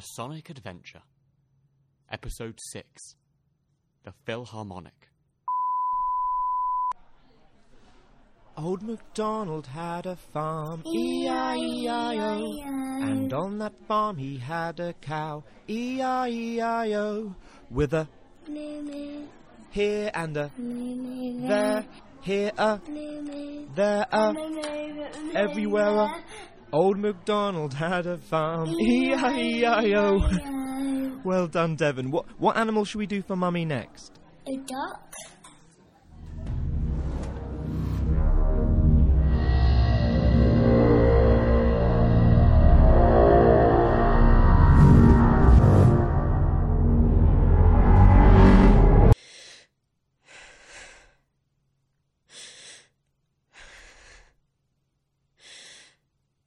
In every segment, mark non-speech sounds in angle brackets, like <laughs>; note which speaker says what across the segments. Speaker 1: Sonic Adventure, Episode 6 The Philharmonic.
Speaker 2: Old MacDonald had a farm, E E-I-E-I-O. And on that farm he had a cow, E E-I-E-I-O. With a here and a there, here a there a everywhere a. Old MacDonald had a farm, E E-I-E-I-O. Well done, Devon. What what animal should we do for Mummy next?
Speaker 3: A duck.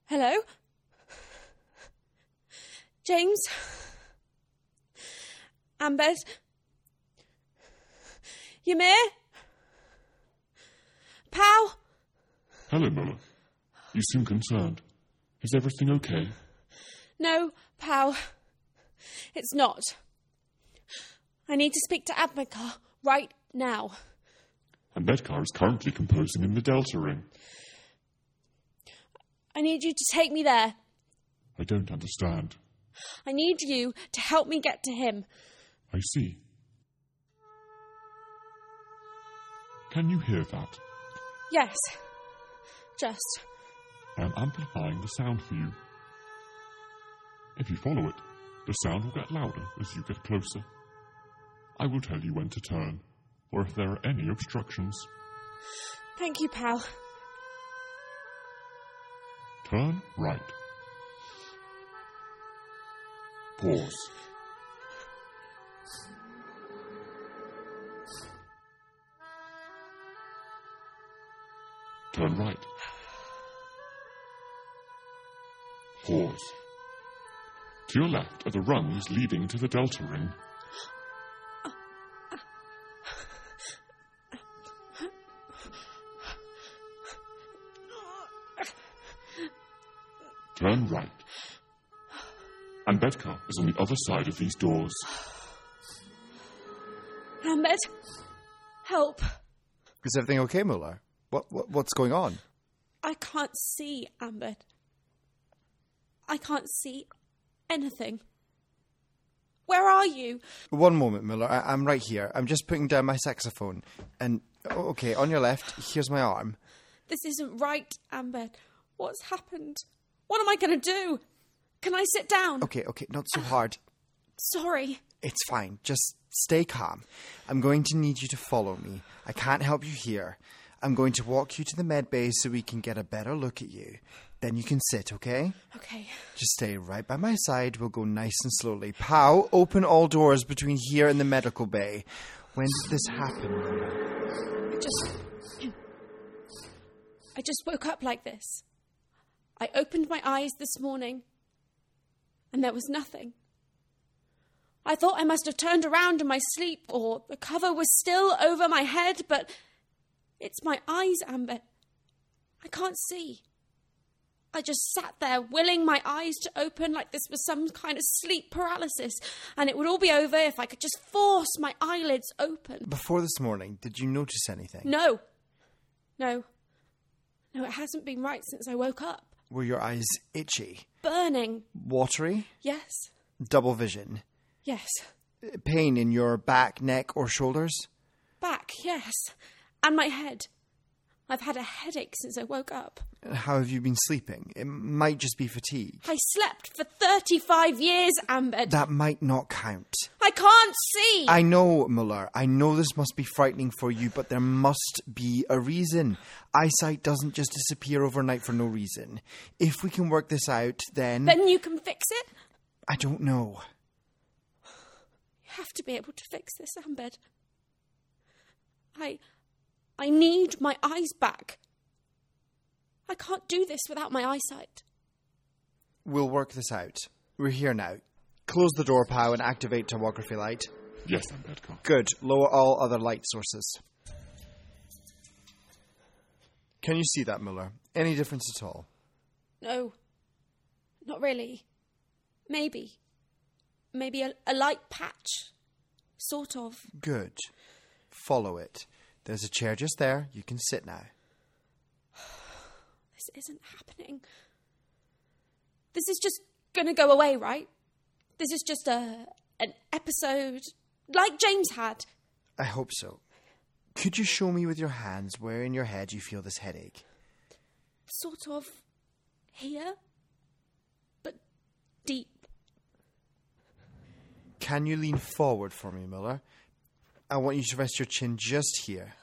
Speaker 4: Hello? James? Ambers? Ymir? Pal?
Speaker 5: Hello, Mama. You seem concerned. Is everything okay?
Speaker 4: No, Pal. It's not. I need to speak to Admakar right now.
Speaker 5: Ambedkar is currently composing in the Delta Ring.
Speaker 4: I need you to take me there.
Speaker 5: I don't understand.
Speaker 4: I need you to help me get to him.
Speaker 5: I see. Can you hear that?
Speaker 4: Yes. Just.
Speaker 5: I am amplifying the sound for you. If you follow it, the sound will get louder as you get closer. I will tell you when to turn, or if there are any obstructions.
Speaker 4: Thank you, Pal.
Speaker 5: Turn right. Pause. Turn right. Pause. To your left are the rungs leading to the Delta Ring. Turn right. Ambedkar is on the other side of these doors.
Speaker 4: Ahmed, help.
Speaker 6: Is everything okay, Muller? What, what what's going on?
Speaker 4: I can't see, Amber. I can't see anything. Where are you?
Speaker 6: One moment, Muller. I, I'm right here. I'm just putting down my saxophone. And oh, okay, on your left, here's my arm.
Speaker 4: This isn't right, Amber. What's happened? What am I going to do? Can I sit down?
Speaker 6: Okay, okay, not so hard.
Speaker 4: Sorry.
Speaker 6: It's fine. Just stay calm. I'm going to need you to follow me. I can't help you here. I'm going to walk you to the med bay so we can get a better look at you. Then you can sit, okay?
Speaker 4: Okay.
Speaker 6: Just stay right by my side. We'll go nice and slowly. Pow, open all doors between here and the medical bay. When did this happen?
Speaker 4: I just. <clears throat> I just woke up like this. I opened my eyes this morning and there was nothing. I thought I must have turned around in my sleep or the cover was still over my head, but it's my eyes, Amber. I can't see. I just sat there, willing my eyes to open like this was some kind of sleep paralysis, and it would all be over if I could just force my eyelids open.
Speaker 6: Before this morning, did you notice anything?
Speaker 4: No. No. No, it hasn't been right since I woke up.
Speaker 6: Were your eyes itchy?
Speaker 4: Burning.
Speaker 6: Watery?
Speaker 4: Yes.
Speaker 6: Double vision?
Speaker 4: Yes.
Speaker 6: Pain in your back, neck, or shoulders?
Speaker 4: Back, yes. And my head. I've had a headache since I woke up.
Speaker 6: How have you been sleeping? It might just be fatigue.
Speaker 4: I slept for 35 years, Amber.
Speaker 6: That might not count.
Speaker 4: I can't see.
Speaker 6: I know, Muller. I know this must be frightening for you, but there must be a reason. Eyesight doesn't just disappear overnight for no reason. If we can work this out, then.
Speaker 4: then you can fix it.
Speaker 6: I don't know.
Speaker 4: You have to be able to fix this, Amber. I I need my eyes back. I can't do this without my eyesight.
Speaker 6: We'll work this out. We're here now. Close the door, POW, and activate tomography light.
Speaker 5: Yes, Ambedkar.
Speaker 6: Good. Lower all other light sources. Can you see that, Muller? Any difference at all?
Speaker 4: No. Not really. Maybe. maybe a, a light patch, sort of.
Speaker 6: Good. Follow it. There's a chair just there. You can sit now.
Speaker 4: This isn't happening. This is just going to go away, right? This is just a an episode like James had.
Speaker 6: I hope so. Could you show me with your hands where in your head you feel this headache?
Speaker 4: Sort of here, but deep.
Speaker 6: Can you lean forward for me, Miller? I want you to rest your chin just here.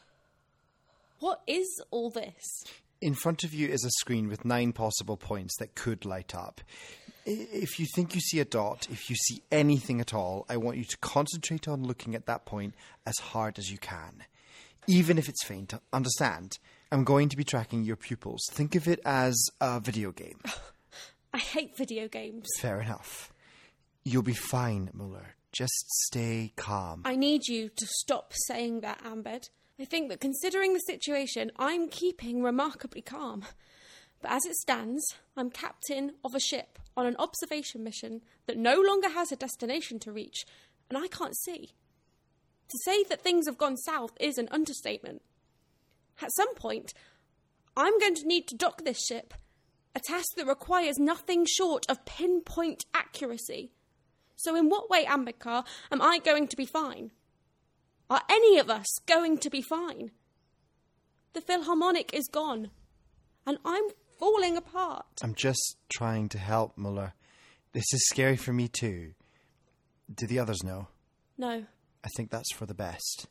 Speaker 4: What is all this?
Speaker 6: In front of you is a screen with nine possible points that could light up. I- If you think you see a dot, if you see anything at all, I want you to concentrate on looking at that point as hard as you can. Even if it's faint, understand? I'm going to be tracking your pupils. Think of it as a video game.
Speaker 4: I hate video games.
Speaker 6: Fair enough. You'll be fine, Muller. Just stay calm.
Speaker 4: I need you to stop saying that, Ambed. I think that considering the situation, I'm keeping remarkably calm. But as it stands, I'm captain of a ship on an observation mission that no longer has a destination to reach, and I can't see. To say that things have gone south is an understatement. At some point, I'm going to need to dock this ship, a task that requires nothing short of pinpoint accuracy. So, in what way, Ambedkar, am I going to be fine? Are any of us going to be fine? The Philharmonic is gone, and I'm falling apart.
Speaker 6: I'm just trying to help, Muller. This is scary for me, too. Do the others know?
Speaker 4: No,
Speaker 6: I think that's for the best.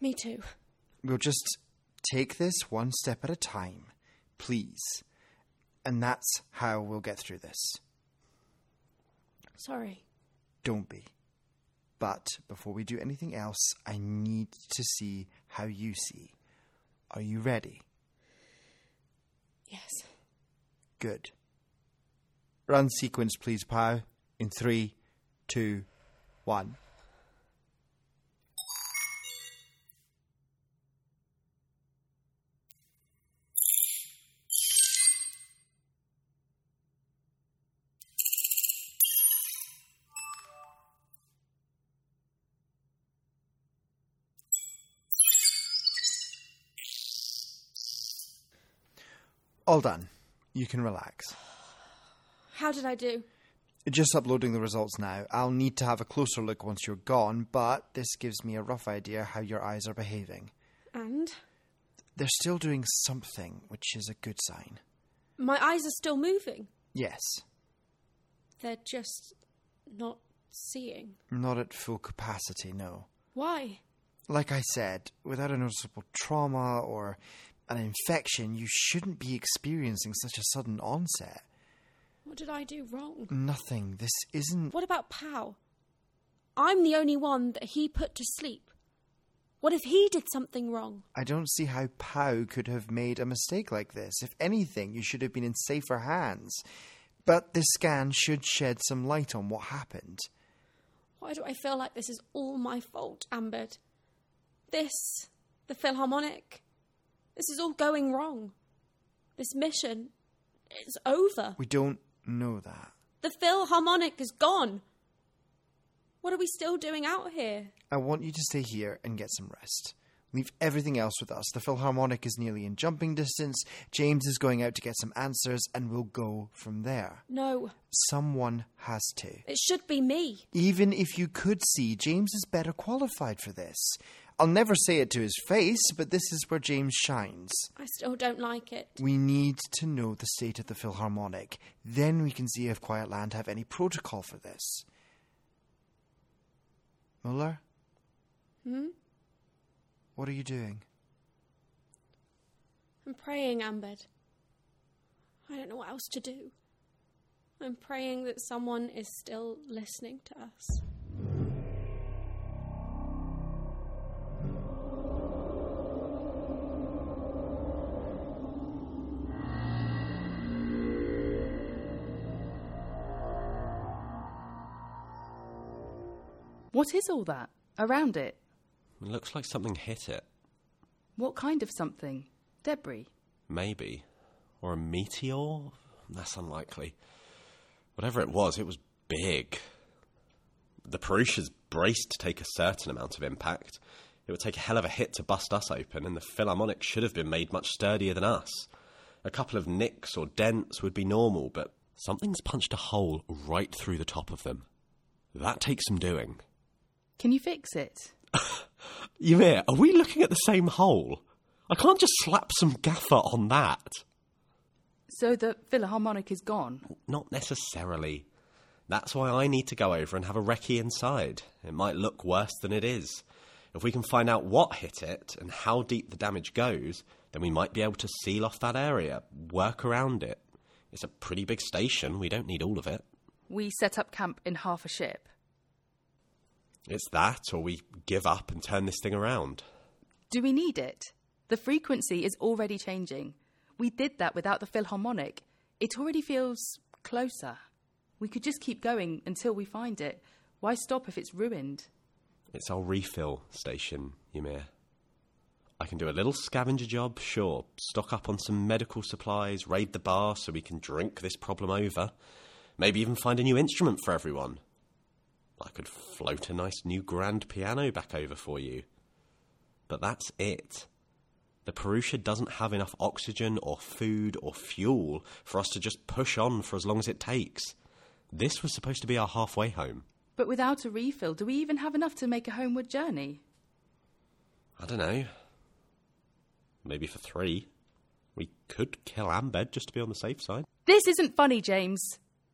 Speaker 4: me too.
Speaker 6: We'll just take this one step at a time, please. And that's how we'll get through this.
Speaker 4: Sorry.
Speaker 6: Don't be. But before we do anything else, I need to see how you see. Are you ready?
Speaker 4: Yes.
Speaker 6: Good. Run sequence, please, Pow. In three, two, one. All done. You can relax.
Speaker 4: How did I do?
Speaker 6: Just uploading the results now. I'll need to have a closer look once you're gone, but this gives me a rough idea how your eyes are behaving.
Speaker 4: And?
Speaker 6: They're still doing something, which is a good sign.
Speaker 4: My eyes are still moving.
Speaker 6: Yes,
Speaker 4: They're just not seeing.
Speaker 6: not at full capacity, no.
Speaker 4: Why?
Speaker 6: Like I said, without a noticeable trauma or an infection, you shouldn't be experiencing such a sudden onset.
Speaker 4: What did I do wrong?
Speaker 6: Nothing. This isn't.
Speaker 4: What about Pow? I'm the only one that he put to sleep. What if he did something wrong?
Speaker 6: I don't see how Pow could have made a mistake like this. If anything, you should have been in safer hands. But this scan should shed some light on what happened.
Speaker 4: Why do I feel like this is all my fault, Amberd? This, the Philharmonic, this is all going wrong. This mission is over.
Speaker 6: We don't know that.
Speaker 4: The Philharmonic is gone. What are we still doing out here?
Speaker 6: I want you to stay here and get some rest. Leave everything else with us. The Philharmonic is nearly in jumping distance. James is going out to get some answers, and we'll go from there.
Speaker 4: No,
Speaker 6: Someone has to.
Speaker 4: it should be me.
Speaker 6: Even if you could see, James is better qualified for this. I'll never say it to his face, but this is where James shines.
Speaker 4: I still don't like it.
Speaker 6: We need to know the state of the Philharmonic. Then we can see if Quiet Land have any protocol for this. Muller?
Speaker 4: Hmm?
Speaker 6: What are you doing?
Speaker 4: I'm praying, Ambed. I don't know what else to do. I'm praying that someone is still listening to us.
Speaker 3: What is all that? Around it?
Speaker 7: It looks like something hit it.
Speaker 3: What kind of something? Debris.
Speaker 7: Maybe. Or a meteor? That's unlikely. Whatever it was, it was big.
Speaker 8: The Perush is braced to take a certain amount of impact. It would take a hell of a hit to bust us open, and the Philharmonic should have been made much sturdier than us. A couple of nicks or dents would be normal, but something's punched a hole right through the top of them. That takes some doing.
Speaker 3: Can you fix it?
Speaker 8: Ymir, are we looking at the same hole? I can't just slap some gaffer on that.
Speaker 3: So the Philharmonic is gone.
Speaker 8: Not necessarily. That's why I need to go over and have a recce inside. It might look worse than it is. If we can find out what hit it and how deep the damage goes, then we might be able to seal off that area, work around it. It's a pretty big station, we don't need all of it.
Speaker 3: We set up camp in half a ship.
Speaker 8: It's that, or we give up and turn this thing around.
Speaker 3: Do we need it? The frequency is already changing. We did that without the Philharmonic. It already feels closer. We could just keep going until we find it. Why stop if it's ruined?
Speaker 8: It's our refill station, Ymir. I can do a little scavenger job, sure. Stock up on some medical supplies, raid the bar so we can drink this problem over. Maybe even find a new instrument for everyone. I could float a nice new grand piano back over for you. But that's it. The Purusha doesn't have enough oxygen or food or fuel for us to just push on for as long as it takes. This was supposed to be our halfway home.
Speaker 3: But without a refill, do we even have enough to make a homeward journey?
Speaker 8: I don't know. Maybe for three. We could kill Ambed just to be on the safe side.
Speaker 3: This isn't funny, James.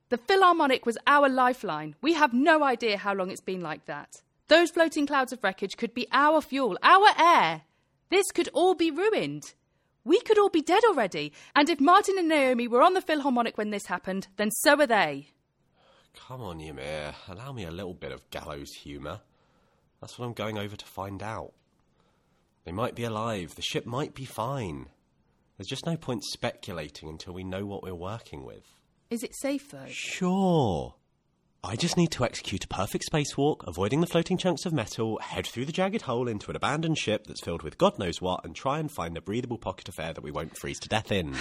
Speaker 3: The Philharmonic was our lifeline. We have no idea how long it's been like that. Those floating clouds of wreckage could be our fuel, our air. This could all be ruined. We could all be dead already. And if Martin and Naomi were on the Philharmonic when this happened, then so are they.
Speaker 8: Come on, Ymir. Allow me a little bit of gallows humour. That's what I'm going over to find out. They might be alive. The ship might be fine. There's just no point speculating until we know what we're working with.
Speaker 3: Is it safe, though?
Speaker 8: Sure. I just need to execute a perfect spacewalk, avoiding the floating chunks of metal, head through the jagged hole into an abandoned ship that's filled with God knows what, and try and find a breathable pocket of air that we won't freeze to death in.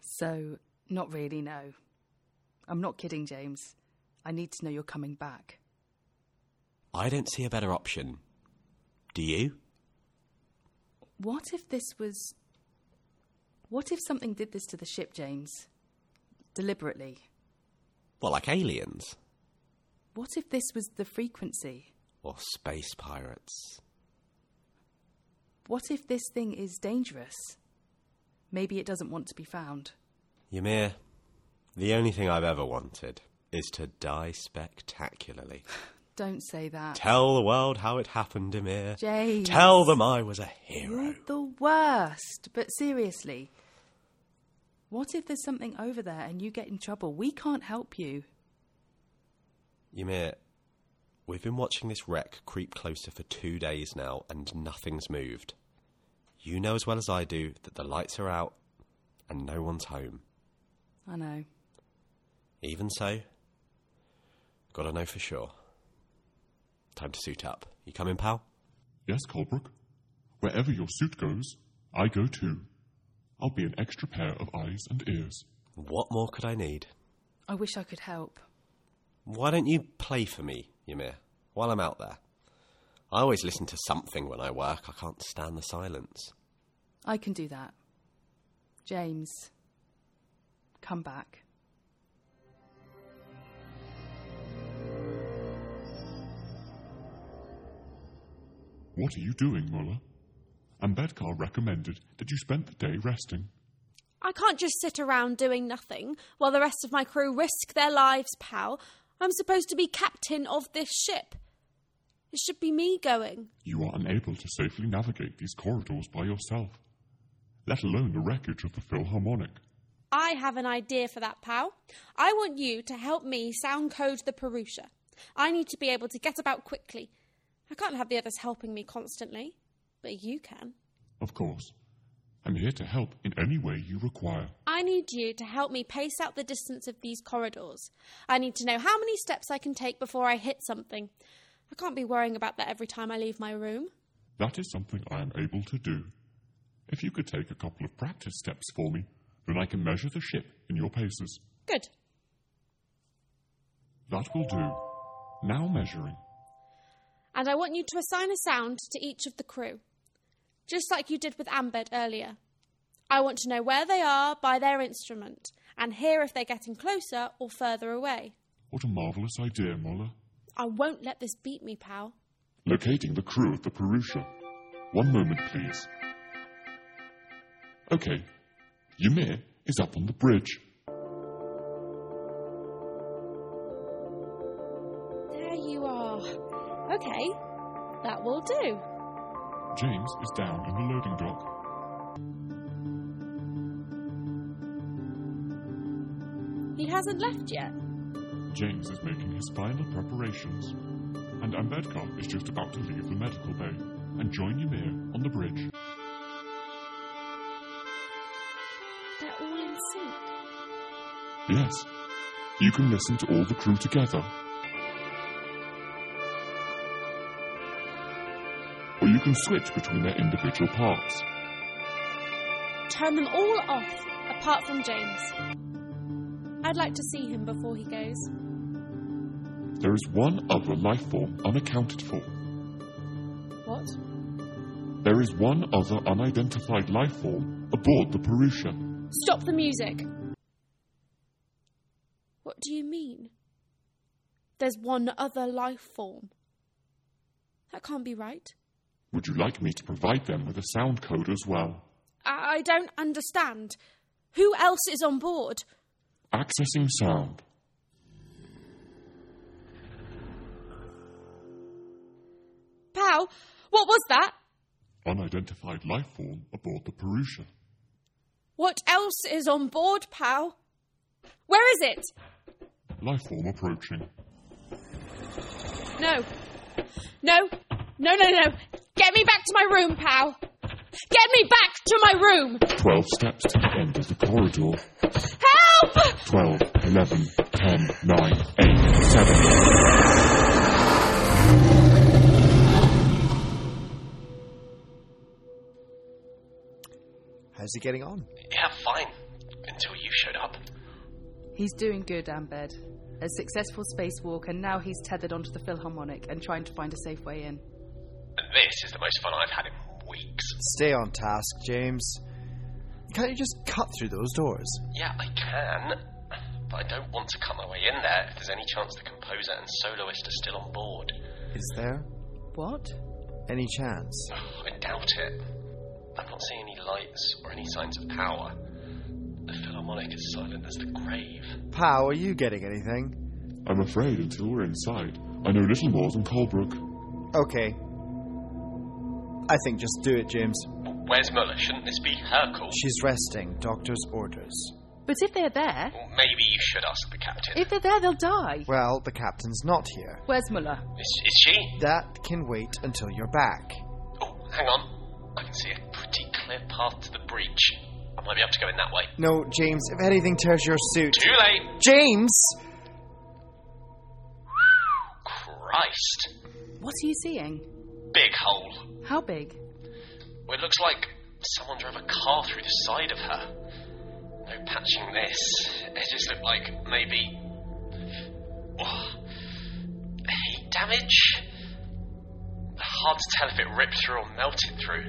Speaker 3: So, not really, no. I'm not kidding, James. I need to know you're coming back.
Speaker 8: I don't see a better option. Do you?
Speaker 3: What if this was. What if something did this to the ship, James? Deliberately.
Speaker 8: Well, like aliens.
Speaker 3: What if this was the frequency?
Speaker 8: Or space pirates.
Speaker 3: What if this thing is dangerous? Maybe it doesn't want to be found.
Speaker 8: Ymir, the only thing I've ever wanted is to die spectacularly.
Speaker 3: Don't say that.
Speaker 8: Tell the world how it happened, Ymir.
Speaker 3: Ah. James.
Speaker 8: Tell them I was a hero.
Speaker 3: You're the worst. But seriously, what if there's something over there and you get in trouble? We can't help you.
Speaker 8: Ymir, we've been watching this wreck creep closer for two days now and nothing's moved. You know as well as I do that the lights are out and no one's home.
Speaker 3: I know.
Speaker 8: Even so, gotta know for sure. Time to suit up. You coming, pal?
Speaker 5: Yes, Colbrook? Wherever your suit goes, I go too. I'll be an extra pair of eyes and ears.
Speaker 8: What more could I need?
Speaker 3: I wish I could help.
Speaker 8: Why don't you play for me, Ymir, while I'm out there? I always listen to something when I work. I can't stand the silence.
Speaker 3: I can do that. James, come back.
Speaker 5: What are you doing, Muller? Ambedkar recommended that you spend the day resting.
Speaker 4: I can't just sit around doing nothing while the rest of my crew risk their lives, pal. I'm supposed to be captain of this ship. It should be me going.
Speaker 5: You are unable to safely navigate these corridors by yourself, let alone the wreckage of the Philharmonic.
Speaker 4: I have an idea for that, pal. I want you to help me sound code the Perusha. I need to be able to get about quickly. I can't have the others helping me constantly, but you can.
Speaker 5: Of course, I'm here to help in any way you require.
Speaker 4: I need you to help me pace out the distance of these corridors. I need to know how many steps I can take before I hit something. I can't be worrying about that every time I leave my room.
Speaker 5: That is something I am able to do. If you could take a couple of practice steps for me, then I can measure the ship in your paces.
Speaker 4: Good.
Speaker 5: That will do. Now measuring.
Speaker 4: And I want you to assign a sound to each of the crew, just like you did with Ambed earlier. I want to know where they are by their instrument and hear if they're getting closer or further away.
Speaker 5: What a marvellous idea, Muller.
Speaker 4: I won't let this beat me, pal.
Speaker 5: Locating the crew of the Purusha. One moment, please. Okay. Ymir is up on the bridge.
Speaker 4: There you are. Okay, that will do.
Speaker 5: James is down in the loading dock.
Speaker 4: He hasn't left yet.
Speaker 5: James is making his final preparations. And Ambedkar is just about to leave the medical bay and join Ymir on the bridge.
Speaker 4: They're all in sync.
Speaker 5: Yes, you can listen to all the crew together. Or you can switch between their individual parts.
Speaker 4: Turn them all off, apart from James. I'd like to see him before he goes.
Speaker 5: There is one other life form unaccounted for.
Speaker 4: What?
Speaker 5: There is one other unidentified life form aboard the Purusha.
Speaker 4: Stop the music! What do you mean? There's one other life form. That can't be right.
Speaker 5: Would you like me to provide them with a sound code as well?
Speaker 4: I, I don't understand. Who else is on board?
Speaker 5: Accessing sound.
Speaker 4: Pal, what was that?
Speaker 5: Unidentified life form aboard the Purusha.
Speaker 4: What else is on board, pal? Where is it?
Speaker 5: Life form approaching.
Speaker 4: No. No. No, no, no. Get me back to my room, pal. Get me back to my room.
Speaker 5: Twelve steps to the end of the corridor.
Speaker 4: Help!
Speaker 5: 12, 11, 10, 9, 8, 7.
Speaker 6: How's he getting on?
Speaker 8: Yeah, fine. Until you showed up.
Speaker 3: He's doing good, Ambed. A successful spacewalk, and now he's tethered onto the Philharmonic and trying to find a safe way in.
Speaker 8: This is the most fun I've had in weeks.
Speaker 6: Stay on task, James. Can't you just cut through those doors?
Speaker 8: Yeah, I can, but I don't want to cut my way in there if there's any chance the composer and soloist are still on board. <sighs>
Speaker 6: Is there
Speaker 3: What?
Speaker 6: any chance?
Speaker 8: I doubt it. I'm not seeing any lights or any signs of power. The Philharmonic is silent as the grave.
Speaker 6: Pow, are you getting anything?
Speaker 5: I'm afraid until we're inside, I know little more than Colebrook.
Speaker 6: Okay. I think just do it, James.
Speaker 8: Where's Muller? Shouldn't this be her call?
Speaker 6: She's resting. Doctor's orders.
Speaker 3: But if they're there,
Speaker 8: Well, maybe you should ask the captain.
Speaker 3: if they're there, they'll die.
Speaker 6: Well, the captain's not here.
Speaker 3: Where's Muller?
Speaker 8: Is, is she?
Speaker 6: That can wait until you're back.
Speaker 8: Oh, hang on. I can see a pretty clear path to the breach. I might be able to go in that way.
Speaker 6: No, James, if anything tears your suit.
Speaker 8: Too late! <laughs>
Speaker 6: James!
Speaker 8: Christ!
Speaker 3: What are you seeing?
Speaker 8: Big hole.
Speaker 3: How big?
Speaker 8: Well, it looks like someone drove a car through the side of her. No patching this. It just looked like maybe. Oh, heat damage? Hard to tell if it ripped through or melted through.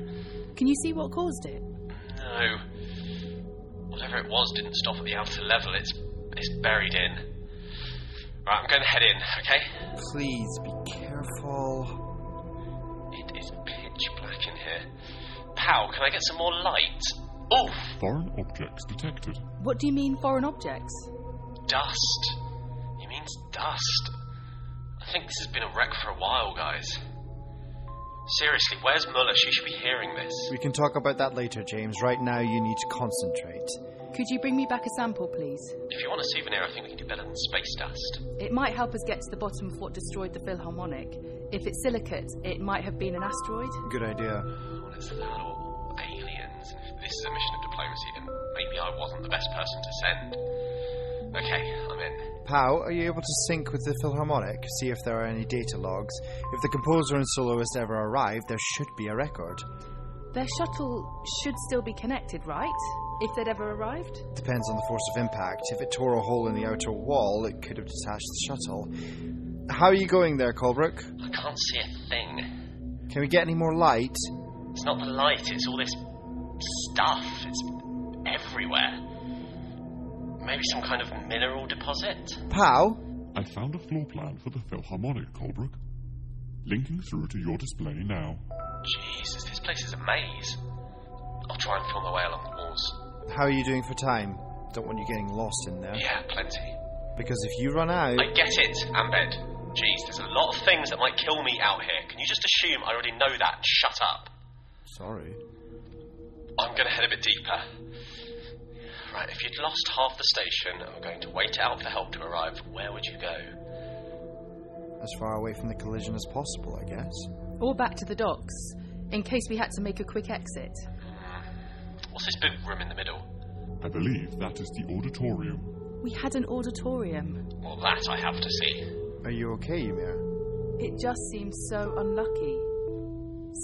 Speaker 3: Can you see what caused it?
Speaker 8: No. Whatever it was didn't stop at the outer level. It's, it's buried in. Right, I'm going to head in, okay?
Speaker 6: Please be careful.
Speaker 8: It is pitch black in here. Pow, can I get some more light? Oof!
Speaker 5: Foreign objects detected.
Speaker 3: What do you mean, foreign objects?
Speaker 8: Dust. He means dust. I think this has been a wreck for a while, guys. Seriously, where's Muller? She should be hearing this.
Speaker 6: We can talk about that later, James. Right now, you need to concentrate.
Speaker 3: Could you bring me back a sample, please?
Speaker 8: If you want a souvenir, I think we can do better than space dust.
Speaker 3: It might help us get to the bottom of what destroyed the Philharmonic. If it's silicate, it might have been an asteroid.
Speaker 6: Good idea.
Speaker 8: What is that? Or Oh, aliens? And if this is a mission of diplomacy, then maybe I wasn't the best person to send. Okay, I'm in.
Speaker 6: Pow, are you able to sync with the Philharmonic? See if there are any data logs. If the composer and soloist ever arrive, there should be a record.
Speaker 3: Their shuttle should still be connected, right? If they'd ever arrived?
Speaker 6: Depends on the force of impact. If it tore a hole in the outer wall, it could have detached the shuttle. How are you going there, Colbrook?
Speaker 8: I can't see a thing.
Speaker 6: Can we get any more light?
Speaker 8: It's not the light, it's all this stuff. It's everywhere. Maybe some kind of mineral deposit?
Speaker 6: Pow?
Speaker 5: I found a floor plan for the Philharmonic, Colbrook. Linking through to your display now.
Speaker 8: Jesus, this place is a maze. I'll try and feel my way along the walls.
Speaker 6: How are you doing for time? Don't want you getting lost in there.
Speaker 8: Yeah, plenty.
Speaker 6: Because if you run out,
Speaker 8: I get it, Ambed. Jeez, there's a lot of things that might kill me out here. Can you just assume I already know that? Shut up.
Speaker 6: sorry.
Speaker 8: I'm gonna head a bit deeper. Right, if you'd lost half the station and were going to wait out for the help to arrive, where would you go?
Speaker 6: As far away from the collision as possible, I guess.
Speaker 3: Or back to the docks, in case we had to make a quick exit.
Speaker 8: What's this boot room in the middle?
Speaker 5: I believe that is the auditorium.
Speaker 3: We had an auditorium.
Speaker 8: Well, that I have to see.
Speaker 6: Are you okay, Ymir?
Speaker 3: It just seems so unlucky.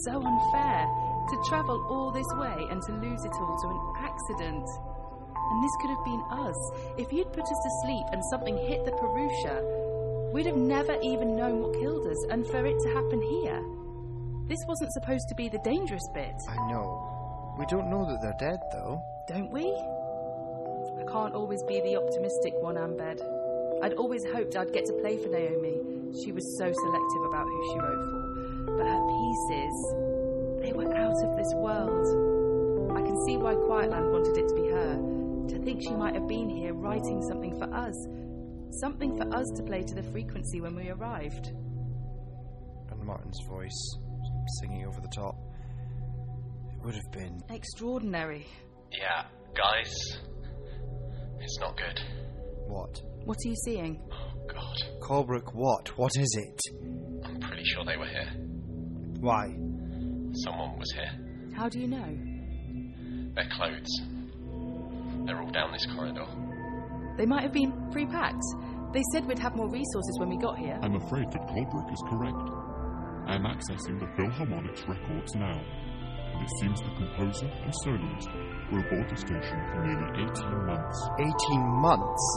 Speaker 3: So unfair to travel all this way and to lose it all to an accident. And this could have been us. If you'd put us to sleep and something hit the Perusha, we'd have never even known what killed us, and for it to happen here. This wasn't supposed to be the dangerous bit.
Speaker 6: I know. We don't know that they're dead, though.
Speaker 3: don't we? I can't always be the optimistic one, Ambed. I'd always hoped I'd get to play for Naomi. She was so selective about who she wrote for. But her pieces, they were out of this world. I can see why Quietland wanted it to be her. To think she might have been here writing something for us. Something for us to play to the frequency when we arrived.
Speaker 6: And Martin's voice, singing over the top. It would have been.
Speaker 3: Extraordinary.
Speaker 8: Yeah, guys, it's not good.
Speaker 6: What?
Speaker 3: What are you seeing?
Speaker 8: Oh, God.
Speaker 6: Colbrook, what? What is it?
Speaker 8: I'm pretty sure they were here.
Speaker 6: Why?
Speaker 8: Someone was here.
Speaker 3: How do you know?
Speaker 8: Their clothes. They're all down this corridor.
Speaker 3: They might have been pre packed. They said we'd have more resources when we got here.
Speaker 5: I'm afraid that Colbrook is correct. I am accessing the Philharmonic's records now, and it seems the composer and soloist were aboard the station for nearly 18 months.
Speaker 6: 18 months?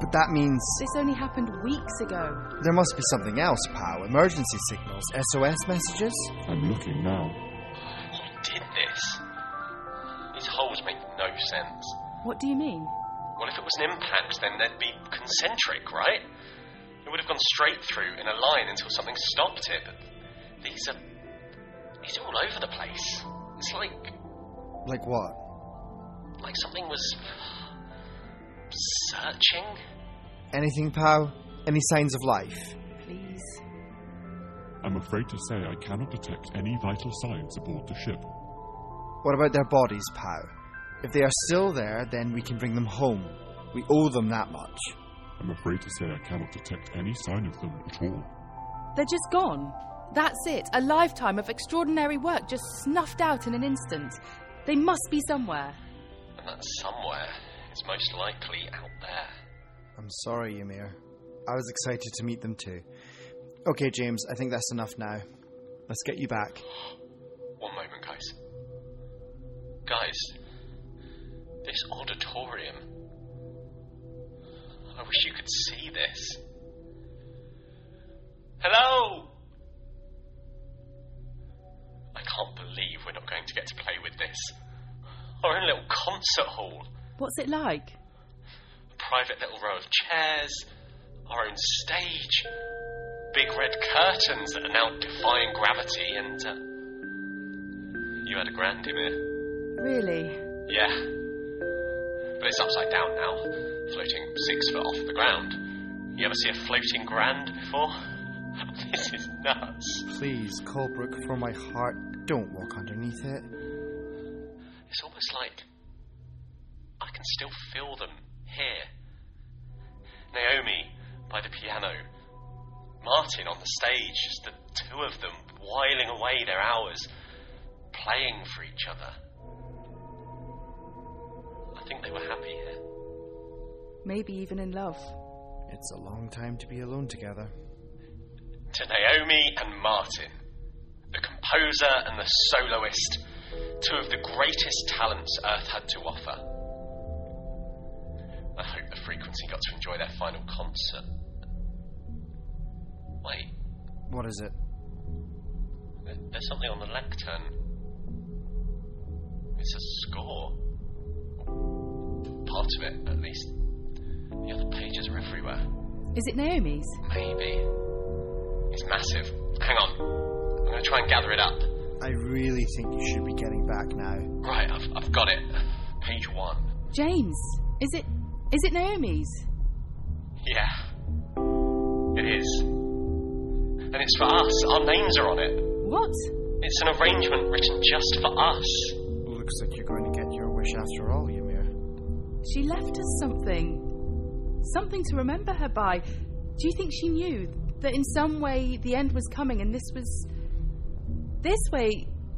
Speaker 6: But that means
Speaker 3: This only happened weeks ago.
Speaker 6: there must be something else, pal. Emergency signals, SOS messages?
Speaker 5: I'm looking now.
Speaker 8: You did this. These holes make no sense.
Speaker 3: What do you mean?
Speaker 8: Well, if it was an impact, then there'd be concentric, right? It would have gone straight through in a line until something stopped it. But these are. It's all over the place. It's like.
Speaker 6: Like what?
Speaker 8: like something was. searching?
Speaker 6: Anything, pal? Any signs of life?
Speaker 3: Please.
Speaker 5: I'm afraid to say I cannot detect any vital signs aboard the ship.
Speaker 6: What about their bodies, pal? If they are still there, then we can bring them home. We owe them that much.
Speaker 5: I'm afraid to say I cannot detect any sign of them at all.
Speaker 3: They're just gone. That's it. A lifetime of extraordinary work just snuffed out in an instant. They must be somewhere.
Speaker 8: And that somewhere is most likely out there.
Speaker 6: I'm sorry, Ymir. I was excited to meet them too. Okay, James, I think that's enough now. Let's get you back.
Speaker 8: One moment, guys. Guys, this auditorium. I wish you could see this. Hello! I can't believe we're not going to get to play with this. Our own little concert hall,
Speaker 3: What's it like?
Speaker 8: a private little row of chairs, our own stage, big red curtains that are now defying gravity, and. Uh, you had a grand, Emir.
Speaker 3: Really?
Speaker 8: Yeah. But it's upside down now, floating six foot off the ground. You ever see a floating grand before? <laughs> this is nuts.
Speaker 6: Please, Colbrook, for my heart, don't walk underneath it.
Speaker 8: It's almost like I can still feel them here. Naomi by the piano, Martin on the stage, just the two of them whiling away their hours, playing for each other. I think they were happy here.
Speaker 3: Maybe even in love.
Speaker 6: It's a long time to be alone together.
Speaker 8: to Naomi and Martin, the composer and the soloist, two of the greatest talents Earth had to offer. I hope the frequency got to enjoy their final concert. Wait,
Speaker 6: What is it?
Speaker 8: there- there's something on the lectern. It's a score. Part of it, at least. The other pages are everywhere.
Speaker 3: Is it Naomi's?
Speaker 8: Maybe. It's massive. Hang on. I'm gonna try and gather it up.
Speaker 6: I really think you should be getting back now.
Speaker 8: Right, I've, I've got it. Page one.
Speaker 3: James, is it is it Naomi's?
Speaker 8: Yeah. It is. And it's for us. Our names are on it.
Speaker 3: What?
Speaker 8: It's an arrangement written just for us.
Speaker 6: Looks like you're going to get your wish after all, Ymir.
Speaker 3: She left us something. Something to remember her by. Do you think she knew that in some way the end was coming and this was. This way,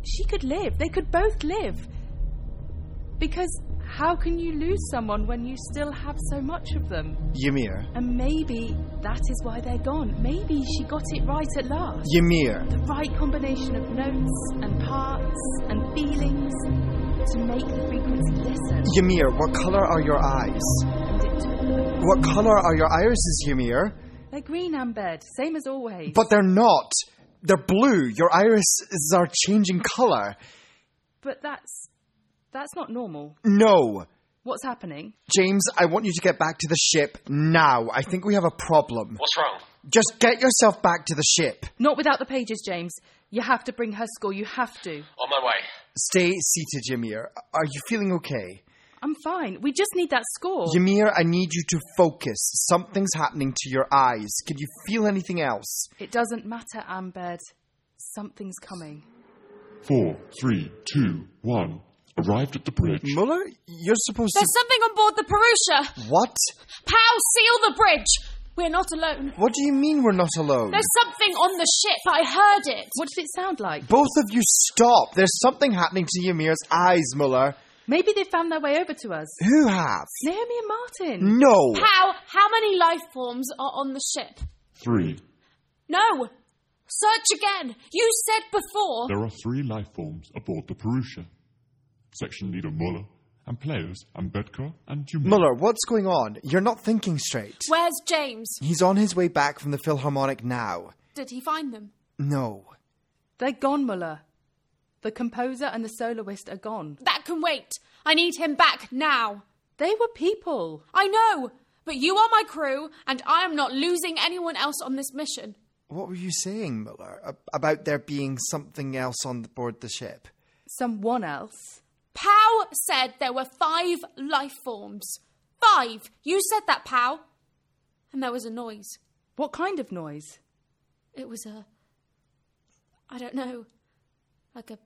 Speaker 3: she could live. They could both live. Because how can you lose someone when you still have so much of them?
Speaker 6: Ymir.
Speaker 3: And maybe that is why they're gone. Maybe she got it right at last.
Speaker 6: Ymir.
Speaker 3: The right combination of notes and parts and feelings to make the frequency listen.
Speaker 6: Ymir, what color are your eyes?
Speaker 3: And it took them.
Speaker 6: What color are your irises, Ymir?
Speaker 3: They're green, Ambed, same as always.
Speaker 6: But they're not. They're blue. Your irises are changing color.
Speaker 3: But that's that's not normal.
Speaker 6: No.
Speaker 3: What's happening?
Speaker 6: James, I want you to get back to the ship now. I think we have a problem.
Speaker 8: What's wrong?
Speaker 6: Just get yourself back to the ship.
Speaker 3: Not without the pages, James. You have to bring her score. You have to.
Speaker 8: On my way.
Speaker 6: Stay seated, Ymir. Are you feeling okay?
Speaker 3: I'm fine. We just need that score.
Speaker 6: Ymir, I need you to focus. Something's happening to your eyes. Can you feel anything else?
Speaker 3: It doesn't matter, Ambed. Something's coming.
Speaker 5: Four, three, two, one. Arrived at the bridge.
Speaker 6: Muller, you're supposed
Speaker 4: There's something on board the Parusha.
Speaker 6: to. What?
Speaker 4: Pal, seal the bridge. We're not alone.
Speaker 6: What do you mean we're not alone?
Speaker 4: There's something on the ship. I heard it.
Speaker 3: What does it sound like?
Speaker 6: Both of you stop. There's something happening to Ymir's eyes, Muller.
Speaker 3: Maybe they found their way over to us.
Speaker 6: Who have?
Speaker 3: Naomi and Martin.
Speaker 6: No.
Speaker 4: Pal, how many life forms are on the ship?
Speaker 5: Three.
Speaker 4: No. Search again. You said before.
Speaker 5: There are three life forms aboard the Perusha. Section leader Muller, and players Ambedkar and Jumir.
Speaker 6: Muller, what's going on? You're not thinking straight.
Speaker 4: Where's James?
Speaker 6: He's on his way back from the Philharmonic now.
Speaker 4: Did he find them?
Speaker 6: No.
Speaker 3: They're gone, Muller. The composer and the soloist are gone.
Speaker 4: That can wait. I need him back now.
Speaker 3: They were people.
Speaker 4: I know, but you are my crew, and I am not losing anyone else on this mission.
Speaker 6: What were you saying, Muller, ab- about there being something else on the- board the ship?
Speaker 3: Someone else.
Speaker 4: Pow said there were five life forms. Five! You said that, Pow. And there was a noise.
Speaker 3: What kind of noise?
Speaker 4: It was a. I don't know. Like a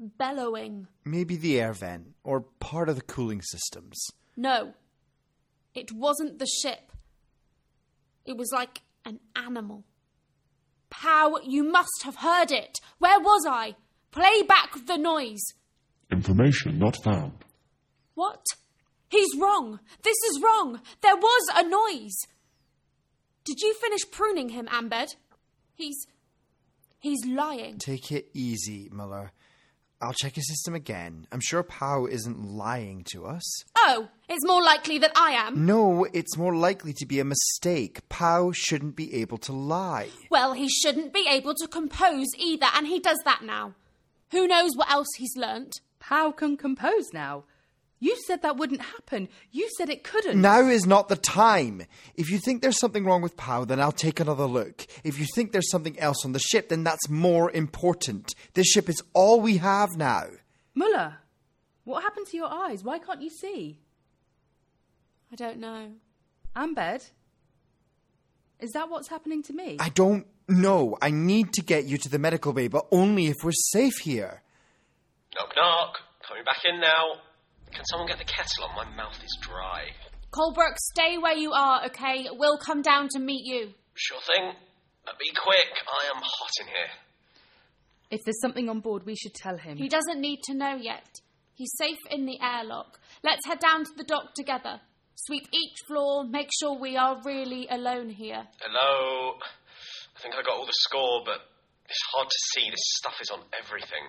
Speaker 4: bellowing.
Speaker 6: Maybe the air vent or part of the cooling systems.
Speaker 4: No. It wasn't the ship. It was like an animal. Pow, you must have heard it. Where was I? Play back the noise.
Speaker 5: Information not found.
Speaker 4: What? He's wrong. This is wrong. There was a noise. Did you finish pruning him, Ambed? He's. he's lying.
Speaker 6: Take it easy, Muller. I'll check his system again. I'm sure Pow isn't lying to us.
Speaker 4: Oh, it's more likely that I am.
Speaker 6: No, it's more likely to be a mistake. Pow shouldn't be able to lie.
Speaker 4: Well, he shouldn't be able to compose either, and he does that now. Who knows what else he's learnt?
Speaker 3: How can compose now? You said that wouldn't happen. You said it couldn't.
Speaker 6: Now is not the time. If you think there's something wrong with Pow, then I'll take another look. If you think there's something else on the ship, then that's more important. This ship is all we have now.
Speaker 3: Muller, what happened to your eyes? Why can't you see?
Speaker 4: I don't know.
Speaker 3: Ambed, is that what's happening to me?
Speaker 6: I don't know. I need to get you to the medical bay, but only if we're safe here.
Speaker 8: Knock, knock. Coming back in now. Can someone get the kettle on? My mouth is dry.
Speaker 4: Colbrook, stay where you are, okay? We'll come down to meet you.
Speaker 8: Sure thing. But be quick. I am hot in here.
Speaker 3: If there's something on board, we should tell him.
Speaker 4: He doesn't need to know yet. He's safe in the airlock. Let's head down to the dock together. Sweep each floor, make sure we are really alone here.
Speaker 8: Hello. I think I got all the score, but it's hard to see. This stuff is on everything.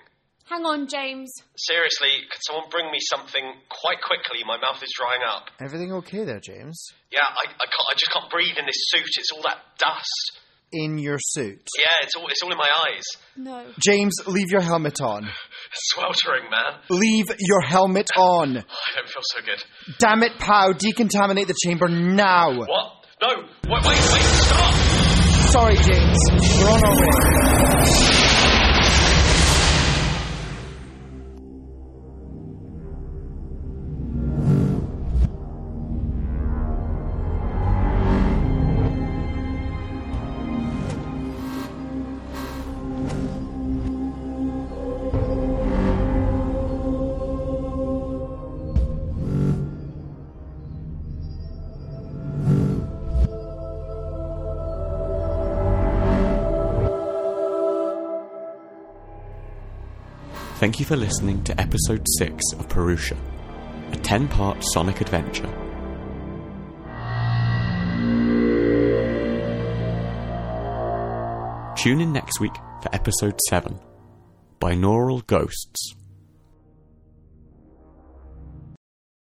Speaker 4: Hang on, James.
Speaker 8: Seriously, could someone bring me something quite quickly? My mouth is drying up.
Speaker 6: Everything okay there, James?
Speaker 8: Yeah, I, I, can't, I just can't breathe in this suit. It's all that dust.
Speaker 6: in your suit?
Speaker 8: Yeah, it's all, it's all in my eyes. <laughs>
Speaker 4: No.
Speaker 6: James, leave your helmet on.
Speaker 8: Sweltering, man.
Speaker 6: Leave your helmet on.
Speaker 8: I don't feel so good.
Speaker 6: Damn it, Pow, decontaminate the chamber now.
Speaker 8: What? No! Wait, wait, wait! Stop!
Speaker 6: Sorry, James. We're on our way.
Speaker 1: Thank you for listening to episode 6 of Perusha, a 10 part Sonic adventure. Tune in next week for episode 7 Binaural Ghosts.